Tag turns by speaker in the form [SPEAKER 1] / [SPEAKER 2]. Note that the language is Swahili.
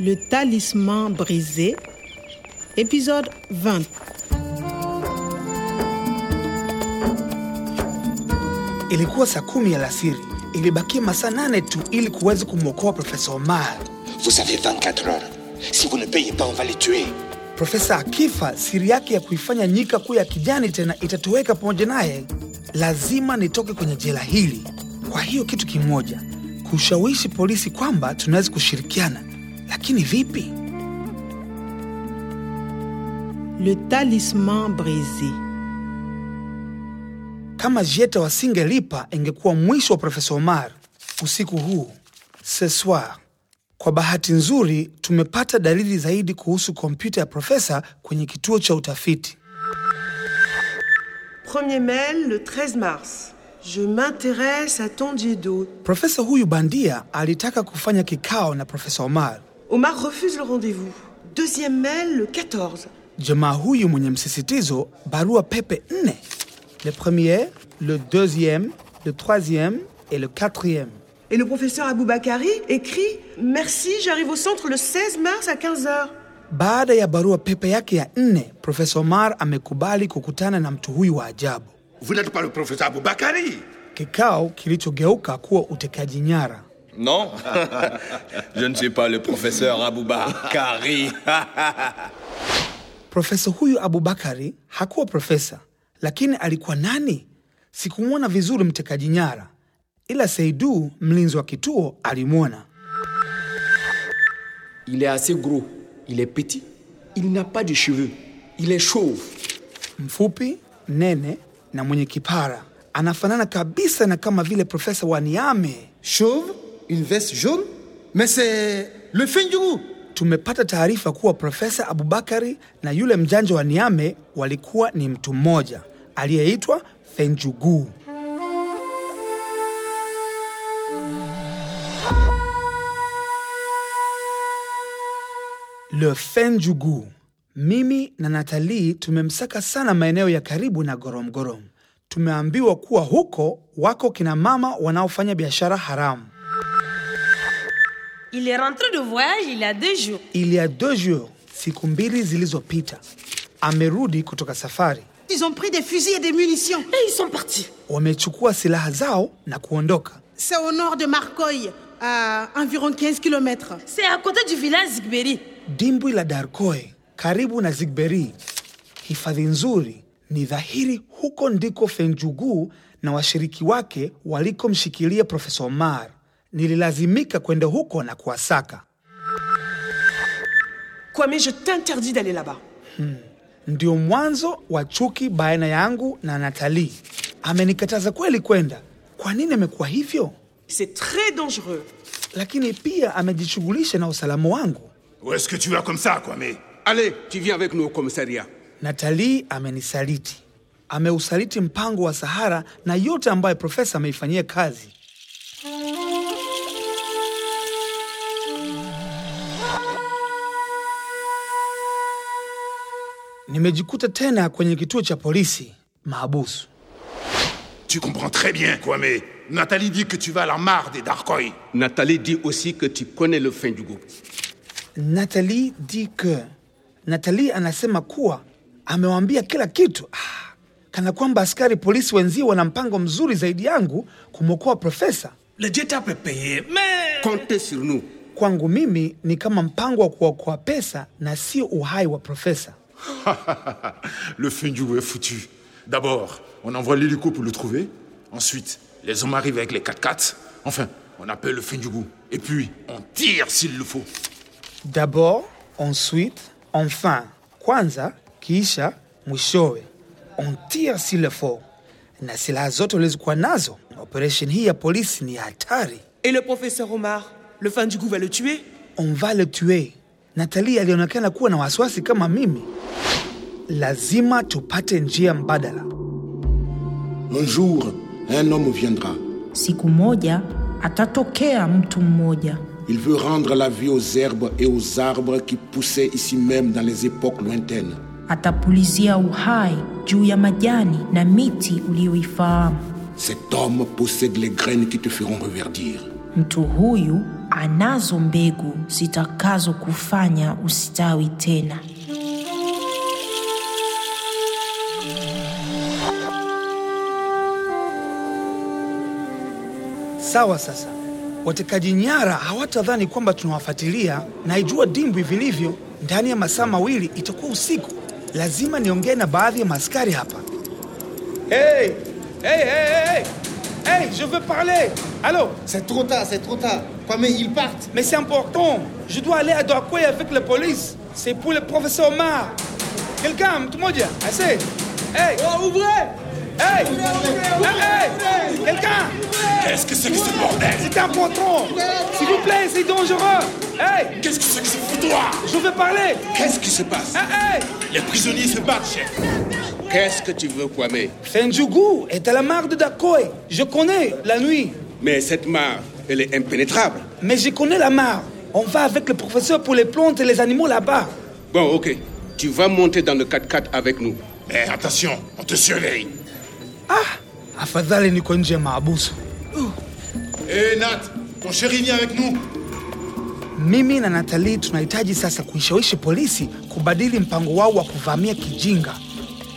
[SPEAKER 1] Le talisman brisé, épisode 20.
[SPEAKER 2] Ilikuwa saa kumi alasiri, ilibakia masaa nane tu ili kuweza kumwokoa Profesa Omar.
[SPEAKER 3] Vous avez 24 heures. Si vous ne payez pas, on va les tuer.
[SPEAKER 2] Profesa akifa, siri yake ya kuifanya nyika kuwa ya kijani tena itatoweka pamoja naye. Lazima nitoke kwenye jela hili. Kwa hiyo kitu kimoja, kushawishi polisi kwamba tunaweza kushirikiana, lakini vipi?
[SPEAKER 1] Le talisman brisé.
[SPEAKER 2] Kama Jeta wasingelipa ingekuwa mwisho wa Profesa Omar usiku huu ce soir. Kwa bahati nzuri, tumepata dalili zaidi kuhusu kompyuta ya profesa kwenye kituo cha utafiti.
[SPEAKER 4] Premier mail le 13 mars. Je m'intéresse à Tondiedo.
[SPEAKER 2] Profesa huyu bandia alitaka kufanya kikao na Profesa Omar.
[SPEAKER 4] Omar refuse le rendez-vous. Deuxième mail le 14.
[SPEAKER 2] Jamaa huyu mwenye msisitizo, barua pepe nne: le premier, le deuxième, le troisième et le quatrième.
[SPEAKER 4] Et le professeur Aboubakari écrit Merci, j'arrive au centre le 16 mars à 15h.
[SPEAKER 2] Baada ya barua pepe yake ya nne, Profesa Omar amekubali kukutana na mtu huyu wa ajabu.
[SPEAKER 5] Vous n'êtes pas le professeur Aboubakari
[SPEAKER 2] Kikao kilichogeuka kuwa utekaji nyara.
[SPEAKER 6] Non Je ne suis pas le professeur Aboubakari.
[SPEAKER 2] Profesa huyu Abubakari hakuwa profesa, lakini alikuwa nani? Sikumwona vizuri mtekaji nyara, ila Seidu, mlinzi wa kituo, alimwona.
[SPEAKER 7] Il est assez gros, il est petit, il n'a pas de cheveux, il est chauve.
[SPEAKER 2] Mfupi, nene na mwenye kipara, anafanana kabisa na kama vile profesa wa Niame.
[SPEAKER 8] chauve, une veste jaune, mais c'est le Fendjourou.
[SPEAKER 2] Tumepata taarifa kuwa Profesa Abubakari na yule mjanja wa Niame walikuwa ni mtu mmoja aliyeitwa Fenjugu. Le Fenjugu. Mimi na Natalii tumemsaka sana maeneo ya karibu na Goromgorom. Tumeambiwa kuwa huko wako kina mama wanaofanya biashara haramu.
[SPEAKER 9] Il est rentré de voyage il y a deux jours.
[SPEAKER 2] Il y a deux jours, siku mbili zilizopita, amerudi kutoka safari.
[SPEAKER 10] Ils ont pris des fusils et des munitions.
[SPEAKER 9] Et ils sont partis.
[SPEAKER 2] Wamechukua silaha zao na kuondoka.
[SPEAKER 10] C'est au nord de Marcoy, à environ 15 km.
[SPEAKER 9] C'est à côté du village Zigberi.
[SPEAKER 2] Dimbwi la Darkoe karibu na Zigberi, hifadhi nzuri. Ni dhahiri huko ndiko Fenjugu na washiriki wake walikomshikilia Profesa Omar. Nililazimika kwenda huko na kuwasaka.
[SPEAKER 4] Quoi, mais je t'interdis d'aller là-bas.
[SPEAKER 2] Hmm. Ndio mwanzo wa chuki baina yangu na Natalii. Amenikataza kweli kwenda. Kwa nini amekuwa hivyo?
[SPEAKER 4] C'est très dangereux.
[SPEAKER 2] Lakini pia amejishughulisha na usalama wangu.
[SPEAKER 5] Où est-ce que tu vas comme ça, Kwame
[SPEAKER 8] Allez, tu viens avec nous au commissariat.
[SPEAKER 2] Natalii amenisaliti, ameusaliti mpango wa Sahara na yote ambayo profesa ameifanyia kazi. Nimejikuta tena kwenye kituo cha polisi mahabusu.
[SPEAKER 5] Tu comprends très bien, Kwame. Nathalie dit que tu vas à la mare des Darkoi.
[SPEAKER 7] Nathalie dit aussi que tu connais le fin du goût.
[SPEAKER 2] Natalie dit que Natalie anasema kuwa amewaambia kila kitu. Ah, kana kwamba askari polisi wenzio wana mpango mzuri zaidi yangu kumwokoa profesa.
[SPEAKER 7] Le dieta peut payer, mais... Comptez sur nous.
[SPEAKER 2] Kwangu mimi ni kama mpango wa kuokoa pesa na sio uhai wa profesa.
[SPEAKER 5] le Fendu est foutu. D'abord, on envoie l'hélico pour le trouver. Ensuite, les hommes arrivent avec les 4x4. Enfin, on appelle le Fendu. Et puis, on tire s'il le faut.
[SPEAKER 2] D'abord, ensuite, enfin, kwanza, kisha, mwishowe. On tire s'il le faut. Na silaha zote ulizokuwa nazo, operation hii ya polisi ni ya hatari.
[SPEAKER 4] Et le professeur Omar, le fin du goût va le tuer
[SPEAKER 2] On va le tuer. Natalie alionekana kuwa na wasiwasi kama mimi. Lazima tupate njia mbadala.
[SPEAKER 3] Un jour, un homme viendra.
[SPEAKER 11] siku moja atatokea mtu mmoja
[SPEAKER 3] Il veut rendre la vie aux herbes et aux arbres qui poussaient ici même dans les époques lointaines.
[SPEAKER 11] atapulizia uhai juu ya majani na miti uliyoifahamu
[SPEAKER 3] Cet homme possède les graines qui te feront reverdir.
[SPEAKER 11] mtu huyu anazo mbegu zitakazokufanya usitawi tena.
[SPEAKER 12] Sawa. Sasa watekaji nyara hawatadhani kwamba tunawafuatilia. Naijua dimbwi vilivyo. Ndani ya masaa mawili itakuwa usiku. Lazima niongee na baadhi ya maaskari hapa.
[SPEAKER 2] Hey, hey, hey, hey, hey, je veux parler. Allô
[SPEAKER 13] C'est trop tard, c'est trop tard. Kwame, ils partent.
[SPEAKER 2] Mais c'est important. Je dois aller à Dorkoy avec la police. C'est pour le professeur Omar. Quelqu'un, tout le monde, assez. Hey,
[SPEAKER 14] oh, ouvrez
[SPEAKER 2] Hey, ouvrez, hey, hey, quelqu'un
[SPEAKER 5] Qu'est-ce que c'est que ce bordel
[SPEAKER 2] C'est important. S'il vous plaît, c'est dangereux. Hey
[SPEAKER 5] Qu'est-ce que c'est que ce foutoir
[SPEAKER 2] Je veux parler.
[SPEAKER 5] Qu'est-ce qui se passe
[SPEAKER 2] Hey, hey
[SPEAKER 5] Les prisonniers se battent, chef.
[SPEAKER 7] Qu'est-ce que tu veux, Kwame
[SPEAKER 2] Fenjugu est à la mare de Dakoy. Je connais la nuit.
[SPEAKER 7] Mais cette mare, elle est impénétrable.
[SPEAKER 2] Mais je connais la mare. On va avec le professeur pour les plantes et les animaux là-bas.
[SPEAKER 7] Bon, ok. Tu vas monter dans le 4x4 avec nous.
[SPEAKER 5] Mais Eh, attention, on te surveille.
[SPEAKER 12] Ah Afadhali niko nje ya maabusu.
[SPEAKER 5] Hé,
[SPEAKER 13] Eh,
[SPEAKER 5] Nat, ton chéri vient avec nous.
[SPEAKER 12] Mimi na Natali tunahitaji sasa kuishawishi polisi kubadili mpango wao wa kuvamia kijinga,